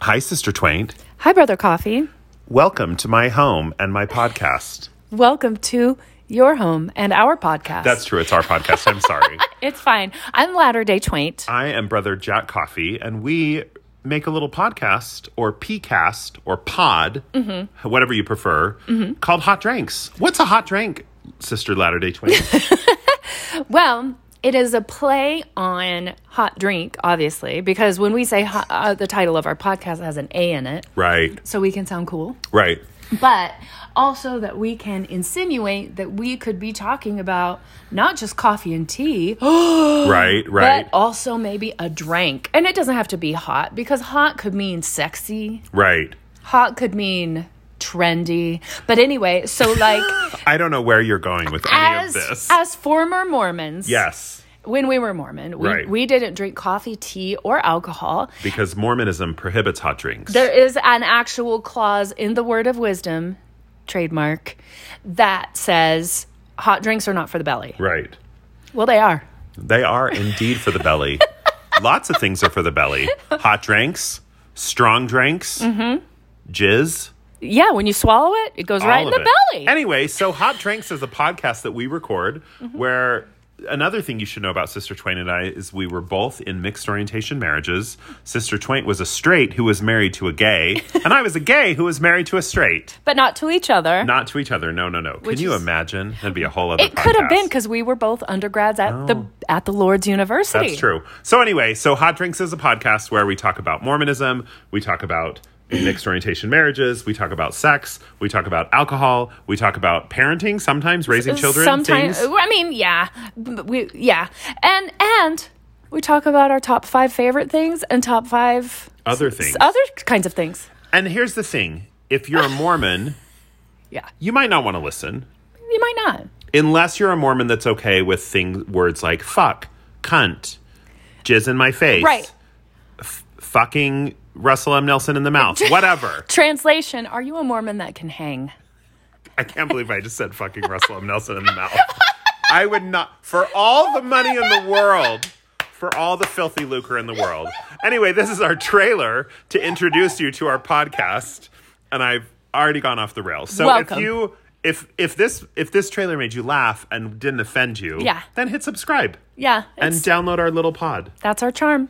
Hi, Sister Twain. Hi, Brother Coffee. Welcome to my home and my podcast. Welcome to your home and our podcast. That's true. It's our podcast. I'm sorry. it's fine. I'm Latter Day Twaint. I am Brother Jack Coffee, and we make a little podcast or PCast or pod, Mm-hmm. whatever you prefer, called Hot Drinks. What's a hot drink, Sister Latter day Twain? Well, it is a play on hot drink, obviously, because when we say hot, uh, the title of our podcast has an A in it, right, so we can sound cool, right. but also that we can insinuate that we could be talking about not just coffee and tea, Right, right, but also maybe a drink. And it doesn't have to be hot because hot could mean sexy, right. hot could mean trendy. But anyway, so like I don't know where you're going with any of as this. as former Mormons, yes, when we were Mormon, we, Right. we didn't drink coffee, tea, or alcohol. because Mormonism prohibits hot drinks. There is an actual clause in the Word of Wisdom, trademark, that says hot drinks are not for the belly. right. Well, they are. They are indeed for the belly. Lots of things are for the belly. Hot drinks, strong drinks, jizz. Yeah, when you swallow it, it goes Mm-hmm. right all in of the it. belly. Anyway, so Hot Drinks is a podcast that we record Mm-hmm. where another thing you should know about Sister Twain and I is we were both in mixed orientation marriages. Sister Twain was a straight who was married to a gay, and I was a gay who was married to a straight. but not to each other. Not to each other. No, no, no. Can Which you is- imagine? That'd be a whole other it could have been podcast. Oh. because we were both undergrads at the at the Lord's University. That's true. So anyway, so Hot Drinks is a podcast where we talk about Mormonism, we talk about mixed orientation marriages, we talk about sex, we talk about alcohol, we talk about parenting, sometimes raising children, Sometimes, things. I mean, yeah, but we yeah, and and we talk about our top five favorite things and top five other things. other kinds of things. and here's the thing, if you're a Mormon, Yeah, you might not want to listen you might not. unless you're a Mormon that's okay with things words like fuck, cunt, jizz in my face. Right. f- fucking Russell M. Nelson in the mouth. Whatever. Translation: Are you a Mormon that can hang? I can't believe I just said fucking Russell M. Nelson in the mouth. I would not, for all the money in the world, for all the filthy lucre in the world. Anyway, this is our trailer to introduce you to our podcast, and I've already gone off the rails. So Welcome. if you, if if this if this trailer made you laugh and didn't offend you, Yeah. then hit subscribe Yeah, and it's- download our little pod. that's our charm.